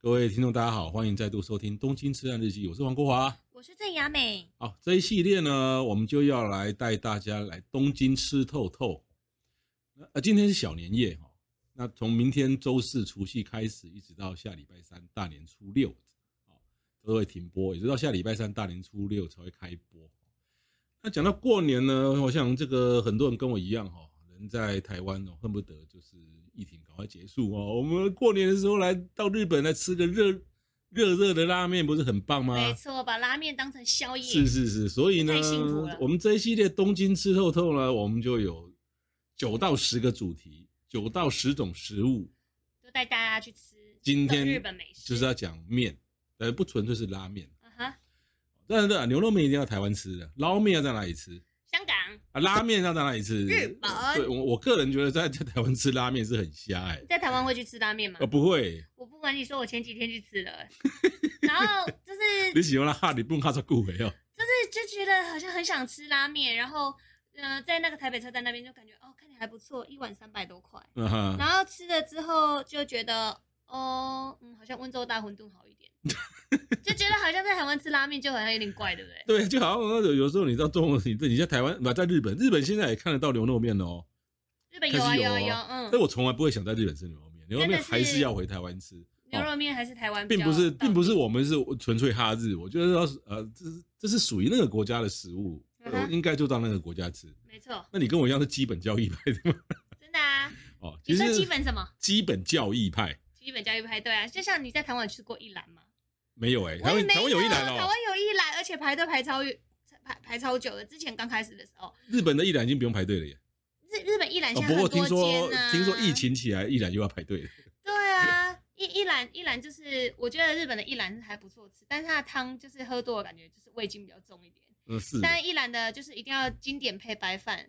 各位听众，大家好，欢迎再度收听《东京吃案日记》，我是王国华。我是郑雅美，好，这一系列呢，我们就要来带大家来东京吃透透。呃，今天是小年夜哈，那从明天周四除夕开始，一直到下礼拜三大年初六，哦，都会停播，也就到下礼拜三大年初六才会开播。那讲到过年呢，我想这个很多人跟我一样哈，人在台湾哦，恨不得就是疫情赶快结束哦。我们过年的时候来到日本来吃个热热热的拉面，不是很棒吗？没错，把拉面当成宵夜，啊是是是，所以呢太幸福了，我们这一系列东京吃透透呢，我们就有九到十个主题，九到十种食物，就带大家去吃今天日本美食，就是要讲面，呃，不纯粹是拉面，啊哈，但是牛肉面一定要台湾吃的，捞面要在哪里吃香港啊？拉面要在哪里吃？日本对我我个人觉得在在台湾吃拉面是很瞎哎、你在台湾会去吃拉面吗呃，？不会，我不管你说，我前几天去 吃了，然后就是你喜欢哈你不用哈萨顾回哦。就是就觉得好像很想吃拉面，然后呃，在那个台北车站那边就感觉哦，看起来还不错，一碗三百多块，嗯哈，然后吃了之后就觉得哦，嗯，好像温州大馄饨好一 点，就觉得好像在台湾吃拉面就好像有点怪，对不对？对，就好像有有时候你到中国，你在你在台湾不在日本，日本现在也看得到牛肉面哦。日本有啊还是有有哦啊有啊，嗯，但我从来不会想在日本吃牛肉面，牛肉面真的是还是要回台湾吃，牛肉面还是台湾比并较不到底，是，并不是我们是纯粹哈日，我觉得要是呃，这是这是属于那个国家的食物，嗯哼我应该就到那个国家吃。没错，那你跟我一样是基本教义派的吗？真的啊。哦，其你说实基本什么？基本教义派基本教育派对啊，就像你在台湾有吃过一兰吗？没有哎、我台也湾没台湾有一兰台哦，湾有一兰，而且排队排超远，排排超久的。之前刚开始的时候，日本的一兰已经不用排队了耶。日日本一兰哦，现不在过很听多说间啊。听说疫。情起来，一兰又要排队了。对啊，一一兰一兰就是，我觉得日本的一兰是还不错吃，但是它的汤就是喝多了感觉就是味精比较重一点。嗯，是但一兰的就是一定要经典配白饭，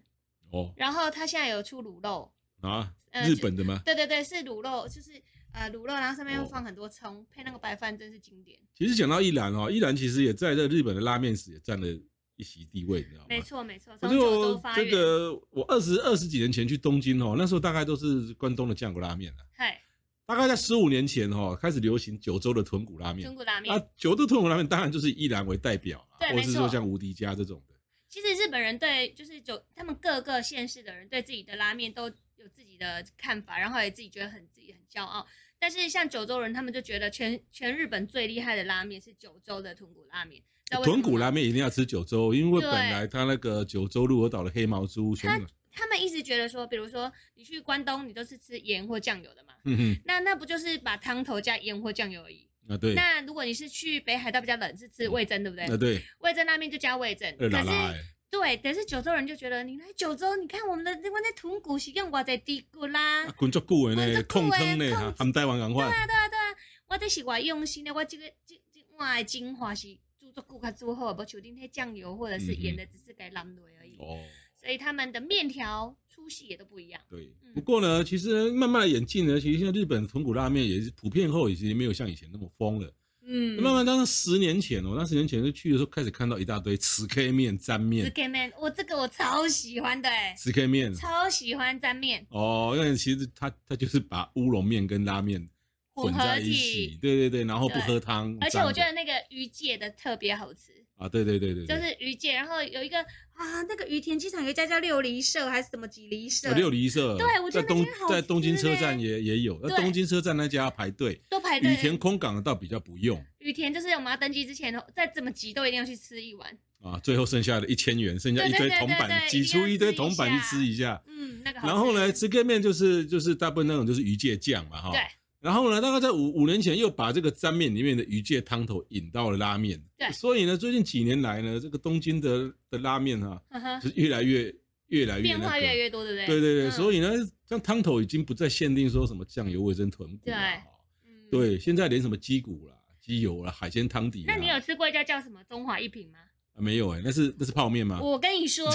哦然后它现在有出卤肉，啊，呃日就本的吗？对对对，是卤肉，就是呃卤肉，然后上哦面会放很多葱，配那个白饭真是经典。其实讲到一兰哦，一兰其实也在这日本的拉面史也占了一席地位，你知道吗？没错没错，我从九州就发这源。个，我二十二十几年前去东京哦，那时候大概都是关东的酱骨拉面了。嗨，大概在十五年前哦，开始流行九州的豚骨拉面豚。骨拉面。啊，九州豚骨拉面当然就是以兰为代表啊，对或者是没错说像无敌家这种的。其实日本人对就是九他们各个县市的人对自己的拉面都有自己的看法，然后也自己觉得很自己很骄傲。但是像九州人，他们就觉得全全日本最厉害的拉面是九州的豚骨拉面，知道为什么豚吗骨拉面一定要吃九州，因为对本来它那个九州鹿儿岛的黑毛猪熊它掌，他们一直觉得说，比如说你去关东，你都是吃盐或酱油的嘛，嗯哼，那那不就是把汤头加盐或酱油而已。啊对，那如果你是去北海道比较冷，是吃味噌，对不对？啊对，味噌拉面就加味噌，二可拉是啊拉哎，对，但是九州人就觉得你来九州，你看我们的那关在豚骨是用我在低骨 啦，啊滚足久的滚足久呢，的控坑呢，控哈含台湾赶快，对啊对啊，我这是我用心的，我这个这这碗的精华是煮足骨较煮好，不求定那酱油或者是盐的，只是给淋落而已。哦。所以他们的面条粗细也都不一样。对，嗯不过呢，其实慢慢的演进呢，其实现在日本豚骨拉面也是普遍后，也是没有像以前那么疯了。嗯，慢慢，当然十年前哦，那十年前就去的时候，开始看到一大堆吃 K 面、沾面、嗯 k man，我这个我超喜欢的哎、吃 K 面超喜欢沾面哦，因为其实它它就是把乌龙面跟拉面混合在一起，体，对对对，然后不对喝汤，而且我觉沾得那个鱼介的特别好吃。的啊，对对对对，就对是鱼介，然后有一个啊，那个羽田机场有一家叫六离社还是什么几离社，有啊哦六离社，对我觉在得那东间好在东京吃车嘞站也也有，那对东京车站那家要排队，都排队。羽田空港的倒比较不用羽田就是我们要登机之前，哦再怎么急都一定要去吃一碗。啊，最后剩下的一千元，剩下对一对堆对铜对板，对挤一定出要一堆吃一铜板去下吃一下，嗯，那个好吃。然后呢，吃盖面就是就是大部分那种就是鱼介酱嘛哈。对。然后呢，大概在五五年前又把这个沾面里面的鱼介汤头引到了拉面。对所以呢，最近几年来呢，这个东京的的拉面啊，呵呵，就是越来越越来越、那变个、化越来越嗯多，对不对？对对对，所以以呢，像汤头已经不再限定说什么酱油、味噌、豚骨啦对哈。嗯。对，现在连什么鸡骨啦、鸡油啦、海鲜汤底啦。那你有吃过一家叫什么中华一品吗？啊没有哎、那是那是泡面吗？我跟 你说，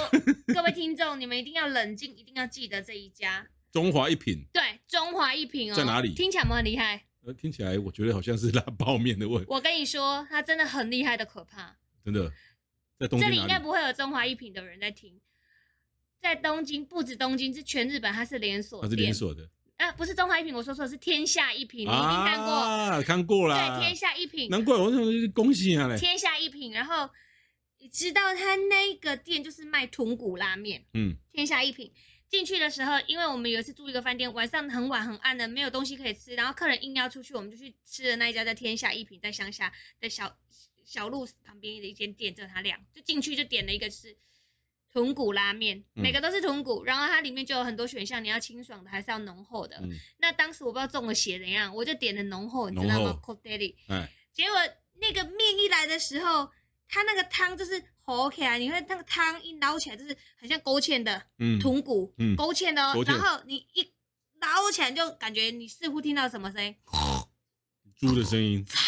各位听众，你们一定要冷静，一定要记得这一家。中华一品，对，中华一品哦，在哪里听起来有没有很厉害？呃，听起来我觉得好像是拉泡面的味，我跟你说，它真的很厉害的可怕。真的。在东这京里哪应里该？不会有中华一品的人在听。在东京，不止东京，是全日本，它是连锁它店，是连锁的。啊，不是中华一品，我说错是天下一品，你一定看过。啊，看过啦对，，天下一品，难怪我想恭喜啊嘞，天下一品。然后你知道他那个店就是卖豚骨拉面，嗯天下一品。进去的时候，因为我们有一次住一个饭店，晚上很晚很暗的，没有东西可以吃，然后客人硬要出去，我们就去吃了那一家在天下一品，在乡下的小小路旁边的一间店，只有他俩，就进去就点了一个是豚骨拉面，嗯每个都是豚骨，然后它里面就有很多选项，你要清爽的还是要浓厚的。嗯，那当时我不知道中了邪怎样，我就点了浓厚，你知道浓吗厚 c o c k d a i 哎，结果那个面一来的时候，它那个汤就是吼起来，你会那个汤一捞起来就是很像勾芡的嗯，豚骨，嗯勾芡的哦勾。芡然后你一捞起来，就感觉你似乎听到什么声音，哦猪的声音，超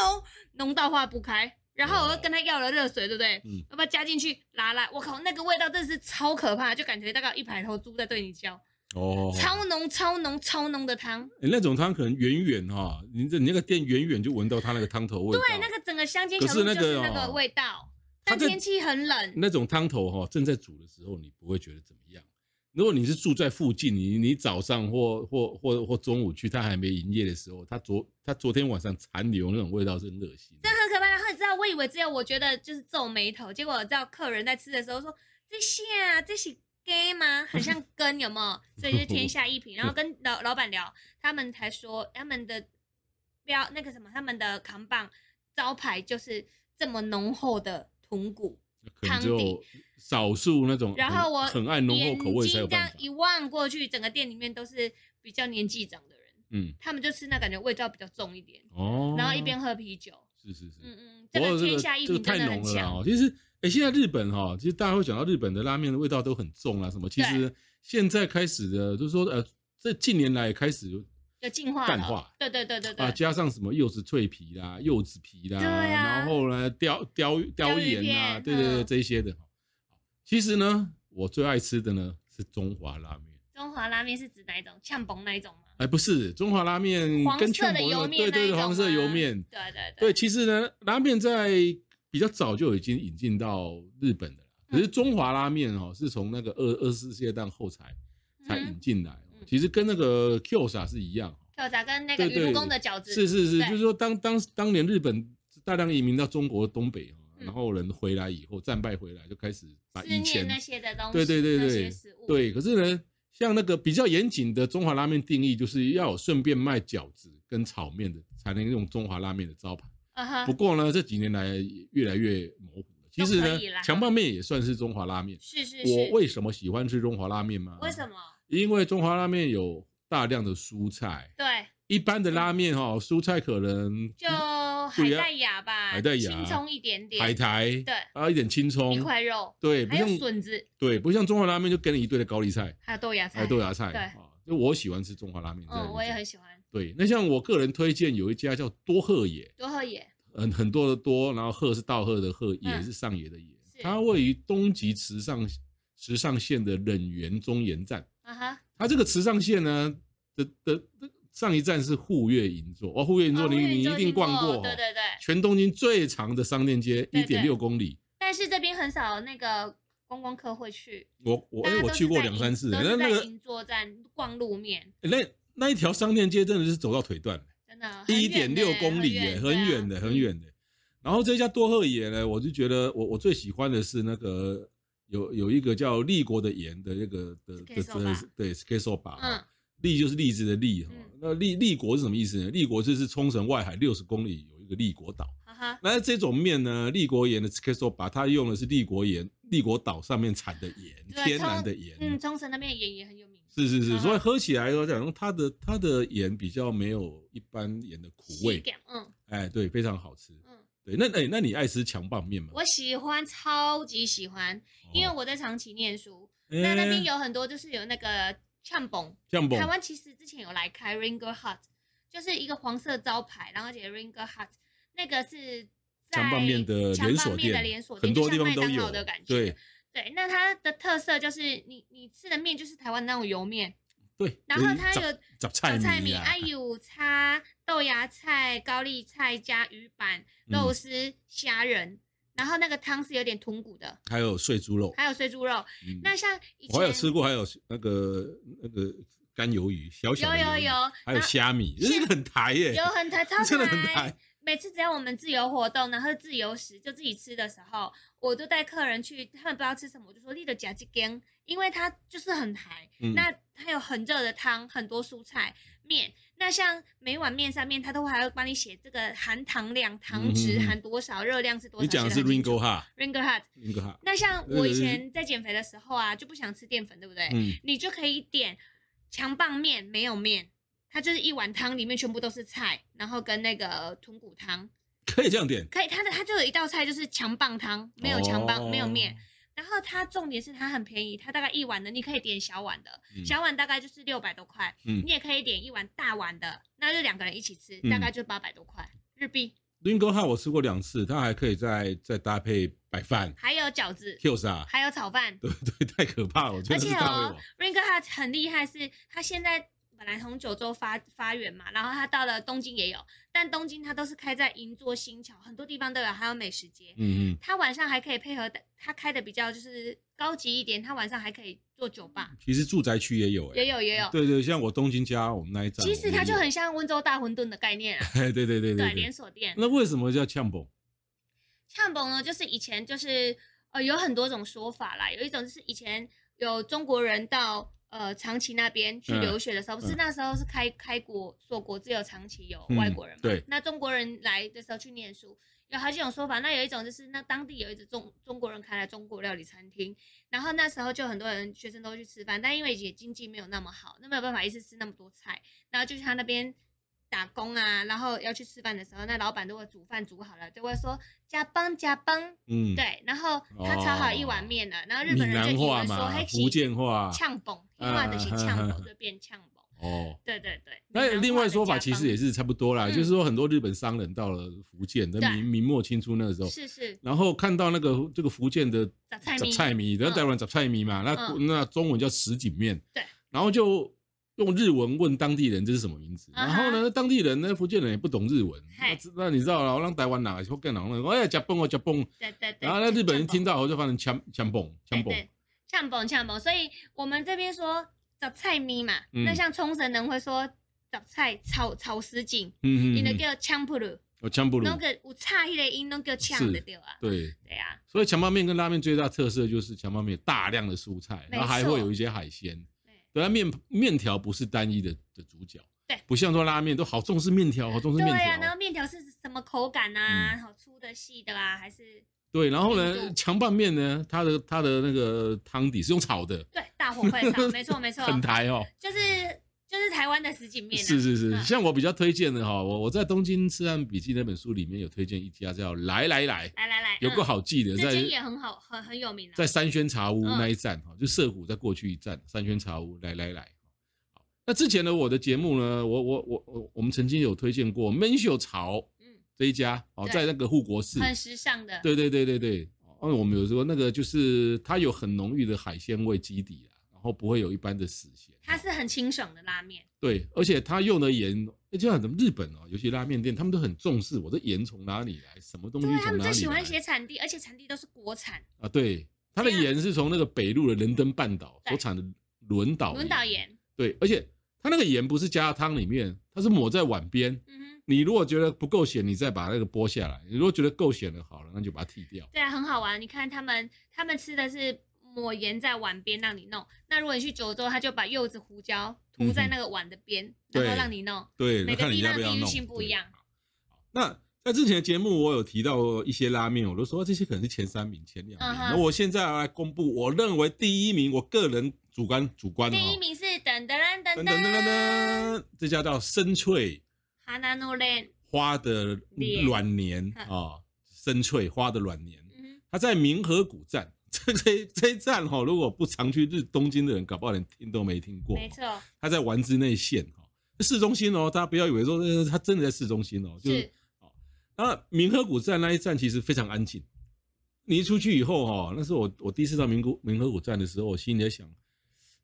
浓，浓到化不开。然后我又跟他要了热水，对不对？嗯要不要加进去拉拉？我靠，那个味道真是超可怕，就感觉大概有一百头猪在对你叫，哦，超浓、超浓、超浓的汤。哎那种汤可能远远哈，你这你那个店远远就闻到它那个汤头味道，对，那个整个乡间哦可小是路那就个是那哦个味道，它但在天气很冷。那种汤头哈、正在煮的时候，你不会觉得怎么样。如果你是住在附近，你你早上或或或或中午去，它还没营业的时候，它昨它昨天晚上残留那种味道是很恶心的。很可怕。然后你知道，我以为只有我觉得就是皱眉头，结果我知道客人在吃的时候说：“这下这是 gay 吗？很像根，有没有？”所以就是天下一品。然后跟老老板聊，他们才说他们的标那个什么，他们的扛棒招牌就是这么浓厚的豚骨。可能汤就底少数那哦种很，然后我很爱浓厚口味才有眼睛这办样法。一望过去，整个店里面都是比较年纪长的人，嗯，他们就吃那感觉味道比较重一点，哦，然后一边喝啤酒。是是是，嗯嗯，不这过个这天个下一这个品太真的浓很了啦强。哦。其实，哎、现在日本哈、其实大家会讲到日本的拉面的味道都很重啊，什么其实现在开始的，就是说呃，这近年来开始有就进化了，淡化对对对对对，啊，加上什么柚子脆皮啦、柚子皮啦，对啊然后呢雕雕雕鲷鱼盐啦，片对对对，嗯这一些的。其实呢，我最爱吃的呢是中华拉面，中华拉面是指哪一种？呛崩那一种吗？哎，不是中华拉面黄跟色全的国油对对面那对，一种黄色油吗面，对对对，其实呢，拉面在比较早就已经引进到日本的了，可嗯是中华拉面哦，是从那个二二次世界大战后才才嗯引哼进来哦，嗯其实跟那个 Q 啥是一样哦。跳闸跟那个对鱼对露宫的饺子，是是是，对就是说当当当年日本大量移民到中国东北哦，嗯然后人回来以后战败回来就开始把思以前念那些的东西，对对对那些对食物，对，可是呢，像那个比较严谨的中华拉面定义，就是要有顺便卖饺子跟炒面的才能用中华拉面的招牌。嗯哼，不过呢，这几年来也越来越模糊了。其实都呢可以啦，强拌面也算是中华拉面。是是是，我为什么喜欢吃中华拉面吗？为什？么？因为中华拉面有大量的蔬菜，对，一般的拉面哈、蔬菜可能就海带芽吧，嗯海带芽青葱一点点，海苔，对，啊一点青葱一，块肉，对，不还有像笋子，对，不像中华拉面就跟了一堆的高丽菜，还有豆芽还菜有，豆芽菜对啊。就我喜欢吃中华拉面，在嗯，里我也面很喜欢，对。那像我个人推荐有一家叫多鹤野，多喝野，很很多的多，然后鹤是道鹤的鹤，野嗯是上野的野。是它位于东极池上池上县的忍园中岩站。啊哈，它这个池上县呢的的的上一站是户越银座，哦，户越银座哦你、我也你就一定听逛过、哦，对对对，全东京最长的商店街，一对对点六公里。但是这边很少那个观光客会去，我我大哎家我都去是过在两银三次，都那是在那个银座站逛路面，那那一条商店街真的是走到腿断。真的一点六公里耶，耶，很远啊的，嗯很远的。然后这家多鹤野呢，我就觉得我我最喜欢的是那个有有一个叫立国的盐的那个的的 Skeso 的吧对 s k e s o 吧，对啊。嗯，立就是荔枝的荔哈嗯。那立立国是什么意思呢？立国就是冲绳外海六十公里有一个立国岛。哈哈，那这种面呢，立国盐的 s k e s o 把它用的是立国盐，立国岛上面产的盐，对啊天然冲的盐。嗯，冲绳那边的盐也很有名，是是是，嗯所以喝起来我讲它的它的盐比较没有一般盐的苦味喜。感嗯哎，对，非常好吃。嗯，对，那哎，那你爱吃强棒面吗？哦我喜欢，超级喜欢，因为我我在长崎念书，那哎那边有很多就是有那个呛崩，酱棒台，湾其实之前有来开 Ringer Hut，就是一个黄色招牌，然后而且 Ringer Hut 那个是在强棒面的强连棒锁面的店，连锁店，很多就地像方麦都当有劳的感觉，对对，那它的特色就是你你吃的面就是台湾那种油面，对，然后它有杂小菜菜米米、啊哎有叉、豆芽菜、高丽菜加鱼板、肉嗯丝、虾仁，然后那个汤是有点豚骨的，还有碎猪肉。还有碎猪肉。嗯那像以我前还有吃过，还有那个那个干鱿鱼，小小的有有鱿鱼有还有那虾米，这是个很台耶、有很台，超真的很台台。每次只要我们自由活动，然后自由食就自己吃的时候，我都带客人去，他们不知道吃什么，我就说立的夹鸡羹，因为它就是很台。嗯那它有很热的汤，很多蔬菜面。那像每碗面上面，它都还会帮你写这个含糖量、糖嗯值嗯嗯含多少、热量是多少。你讲的是 Ringo 哈 Ringo Hut。 ，Ringo 哈，那像对我对以对前在减肥的时候啊，就不想吃淀粉，对不对？嗯，你就可以点强棒面，没有面，它就是一碗汤，里面全部都是菜，然后跟那个豚骨汤，可以这样点，可以，它的它就有一道菜就是强棒汤，没有强棒，没有面。哦，然后它重点是它很便宜，它大概一碗的，你可以点小碗的，嗯小碗大概就是六百多块，嗯你也可以点一碗大碗的，那就两个人一起吃，嗯大概就八百多块日币， Ringo 哈我吃过两次，它还可以再再搭配白饭还有饺子， Q 啥，还有炒饭，啊对对，太可怕了，我觉而得是且大胃哦王。 ，Ringo 他很厉害是，他现在本来从九州发发源嘛，然后他到了东京也有，但东京他都是开在银座、新桥，很多地方都有，还有美食街。嗯他晚上还可以配合的他开的比较就是高级一点，他晚上还可以做酒吧嗯，，其实住宅区也有哎、也有也有。对对，像我东京家，我们那一站，，其实它就很像温州大馄饨的概念啊哎， 对对对对，对连锁店。那为什么叫呛蹦？呛崩呢，就是以前就是呃有很多种说法啦，有一种就是以前有中国人到呃长崎那边去嗯留学的时候，不是嗯那时候是开开国锁国只有长崎有嗯外国人嘛，对那中国人来的时候去念书。有好几种说法，那有一种就是那当地有一种中中国人开了中国料理餐厅，然后那时候就很多人学生都去吃饭，但因为也经济没有那么好，那没有办法一次吃那么多菜，然后就去他那边打工啊，然后要去吃饭的时候，那老板如果煮饭煮好了，就会说加崩加崩，嗯，对，然后他炒好一碗面了，然后日闽本人就南以话为说嘛嘿，，福建话，呛崩，一碗的是呛崩就变呛崩，哦。对对对。那另外说法其实也是，是差不多啦，嗯就是说很多日本商人到了福建，在对明明末清初那个时候，是是然后看到那个这个福建的杂菜杂米，菜米，然后台湾杂菜米嘛，那嗯那中文叫什锦面，对，然后就用日文问当地人这是什么名字，啊然哈后呢，当地人呢，福建人也不懂日文，嘿那知那你知道了，我让台湾哪福建人说，哎呀，夹蹦哦夹蹦，对对对。然后那日本人听到到后就发成枪枪蹦枪蹦，呛崩呛崩，所以我们这边说杂菜米嘛，嗯那像冲绳人会说杂菜炒炒什锦，嗯伊嗯就嗯，叫呛不鲁，哦枪不鲁，那个有差迄个音，拢叫呛是的对啊，对。对啊。所以强拌面跟拉面最大特色就是强拌面有大量的蔬菜，没错然后还会有一些海鲜。对对，它面面条不是单一的的主角，对不像说拉面都好重视面条，好重视对面呀、然条啊嗯后。面条是什么口感啊？好粗的、细的啊，还是对，然后印呢，度强拌面呢，它的它的那个汤底是用炒的，对大火快哦炒？没错，没错， 很台哦。就是就是台湾的什锦面、啊。是是是，嗯像我比较推荐的哈，我我在《东京吃案笔记》那本书里面有推荐一家叫来来来，来来来，有个嗯、好记的，这在间也很好，很很有名啊。在三轩茶屋嗯那一站哈，就涩谷再过去一站，三轩茶屋来来来。好，那之前呢，我的节目呢，我我我我我们曾经有推荐过 Mencho 潮嗯，这一家哦，对在那个护国寺，很时尚的。对对对对对，哦，我们有说那个就是它有很浓郁的海鲜味基底啦，然后不会有一般的死咸，它是很清爽的拉面，对，而且它用的盐，哎而且很多日本哦，尤其拉面店，他们都很重视我的盐从哪里来，什么东西对啊他从们哪最里喜欢来写产地，而且产地都是国产啊，对，它的这样盐是从那个北陆的伦登半岛对所产的轮岛轮岛，盐。对，而且它那个盐不是加到汤里面，它是抹在碗边。嗯哼，你如果觉得不够咸，你再把那个剥下来；你如果觉得够咸了，好了，那就把它剔掉。对啊，很好玩。你看他们，他们吃的是抹盐在碗边让你弄。那如果你去九州，他就把柚子、胡椒涂在嗯哼那个碗的边，对然后让你弄。对，每那个看你地要不方要地域弄。性不一对样。那在之前的节目，我有提到一些拉面，我都说啊这些可能是前三名、前两名。嗯哼那、我现在要来公布，我认为第一名，我个人主观主观的第一哦，名是噔噔噔噔噔噔噔噔噔，这家叫深翠哈娜诺莲，花的莲卵年啊、嗯深翠花的卵年，嗯它在明河谷站。这这这一站哈、哦，如果不常去日东京的人，搞不好连听都没听哼，过。哦没错，它在丸之内线哈、市中心哦，大家不要以为说呃它真的在市中心哦，就是是那明河谷站那一站其实非常安静。你一出去以后哈、哦，那是我我第一次到明谷明河谷站的时候，我心里在想，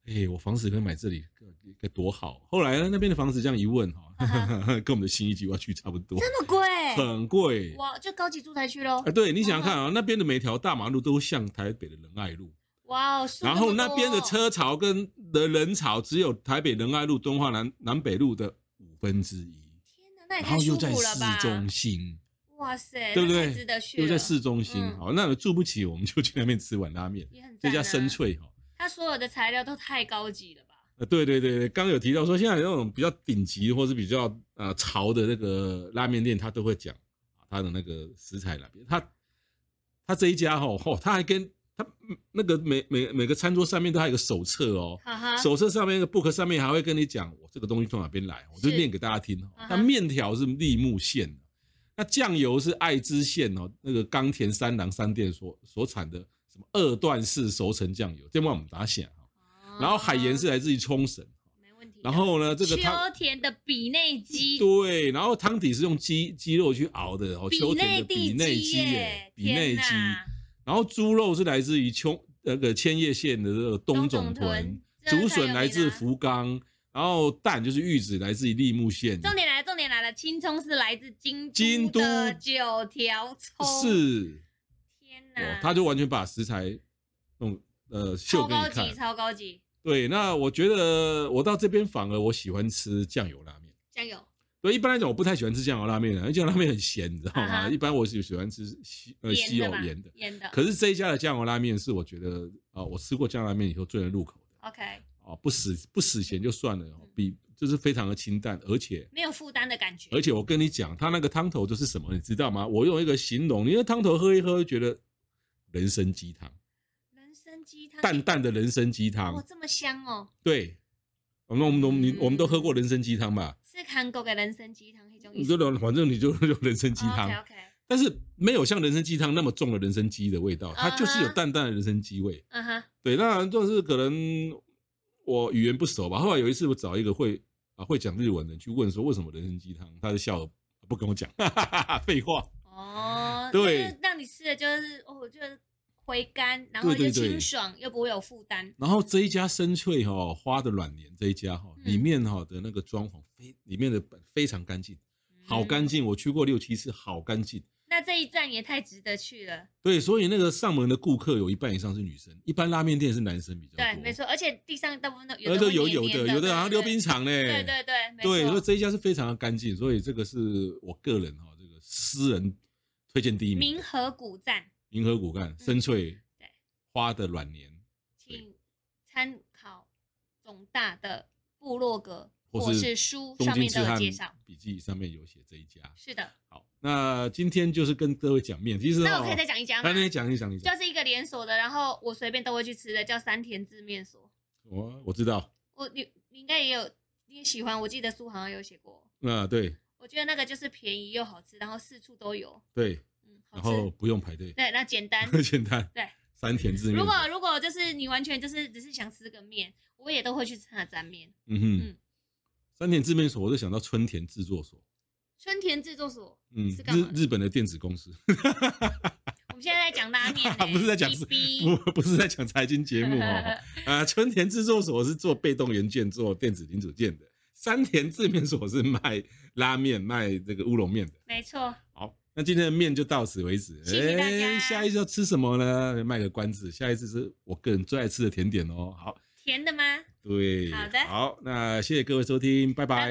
哎，我房子可以买这里，该该多好。后来呢，那边的房子这样一问哈、 啊跟我们的新一计划区差不多，这么贵，很贵。哇，就高级住宅区喽啊，。对，你想想看啊，那边的每条大马路都像台北的仁爱路，哇哦，树然这后么那边的多车潮跟的人潮只有台北仁爱路、敦化南南北路的五分之一，天哪，那也然太后又舒在服了市吧？中心，哇塞，对不那太对值得去又在了市中心，嗯好，那住不起，我们就去那边吃碗拉面，也很这家赞深，啊萃哈。它所有的材料都太高级了吧？呃，对对对对，刚有提到说，现在那种比较顶级或是比较呃潮的那个拉面店，他都会讲他的那个食材来源。他他这一家吼、吼，他还跟他嗯那个每每每个餐桌上面都还有个手册哦，哈哈，手册上面那个 book 上面还会跟你讲我这个东西从哪边来，我就是念给大家听哦。嗯哼那面条是立木县的，那酱油是爱知县哦，那个冈田三郎商店所所产的什么二段式熟成酱油，这帮我们打响哦。然后海盐是哦来自于冲绳，没问题的。然后呢，这个汤嗯秋田的比内鸡，对，然后汤底是用鸡鸡肉去熬的哦，秋田内的比地内鸡鸡耶，比内天鸡，哪然后猪肉是来自于秋那个千叶县的这个东种屯，东种屯竹笋来这自个太有福冈，然后蛋就是玉子来自于立木县，重点来了，重点来了，青葱是来自京京都的九条葱，是，天哦哪，他就完全把食材弄呃秀超给高你级，看。超高级，对，那我觉得我到这边反而我喜欢吃酱油拉面。酱油，对，一般来讲我不太喜欢吃酱油拉面啊的，因为酱油拉面很咸，你知道啊吗？哈一般我是喜欢吃西呃盐西的柚吧盐的，盐的可是这一家的酱油拉面是我觉得啊、我吃过酱油拉面以后最能入口的，OK，啊、不死不死咸就算了哦嗯，比就是非常的清淡，而且没有负担的感觉，而且我跟你讲，它那个汤头就是什么，你知道吗？我用一个形容，你那汤头喝一喝，觉得人参鸡汤，人参鸡汤，淡淡的人参鸡哇，汤，这么香哦，对。我们我们我们你我们都喝过人参鸡汤吧？是韩国的人参鸡汤，那种意你思就反正你就用人参鸡汤，嗯哦，OK OK，但是没有像人参鸡汤那么重的人参鸡的味道，它就是有啊哈淡淡的人参鸡味。嗯哼，对，当然就是可能我语言不熟吧。后来有一次我找一个会啊会讲日文的人去问说为什么人参鸡汤，他就笑了不跟我讲，哈哈哈哈，废话。哦，对，让你吃的就是哦，就是回甘，然后对对又对清爽，又不会有负担，然后这一家深翠哈、哦、花的软莲这一家哈、哦，嗯里面哈、的那个装潢非里面的非常干净，好嗯干净，我去过六七次，好干净。那这一站也太值得去了，对，所以那个上门的顾客有一半以上是女生，一般拉面店是男生比较多。对，没错，而且地上大部分都有呃，的都会有黏有黏的有的，对然后对溜冰场嘞，对对对，没对，所以错，这一家是非常的干净，所以这个是我个人哈、这个私人推荐第一名明，和古站，银河骨干深翠对花的软莲，请参考总大的部落格或或是是书东上京面痴都有汉介绍。笔记上面有写这一家。是的，好，那今天就是跟各位讲面，其实那我哦可以再讲一家吗来，？你讲你讲你就讲，是一个连锁的，然后我随便都会去吃的，叫三田字面所。我我知道，我你你应该也有你也喜欢，我记得书好像有写过。啊对我觉得那个就是便宜又好吃，然后四处都有，对，嗯，好然吃。后不用排队，对，那简 单。很简单，对，三田字面，如果如果就是你完全就是只是想吃个面，我也都会去吃它的沾面。嗯哼嗯，三田制面所，我就想到春田制作所，春田制作所，嗯，是干嘛的日日本的电子公司，我们现在在讲拉面呢、 不是在讲哔是 哔不不是在讲财经节目 哦，啊，春田制作所是做被动元件、做电子零组件的，三田制面所是卖拉面、卖这个乌龙面的。没错，好，那今天的面就到此为止。谢谢大家哎下一次要吃什么呢？卖个关子，下一次是我个人最爱吃的甜点哦。好，甜的吗？对，好的好，那谢谢各位收听，拜拜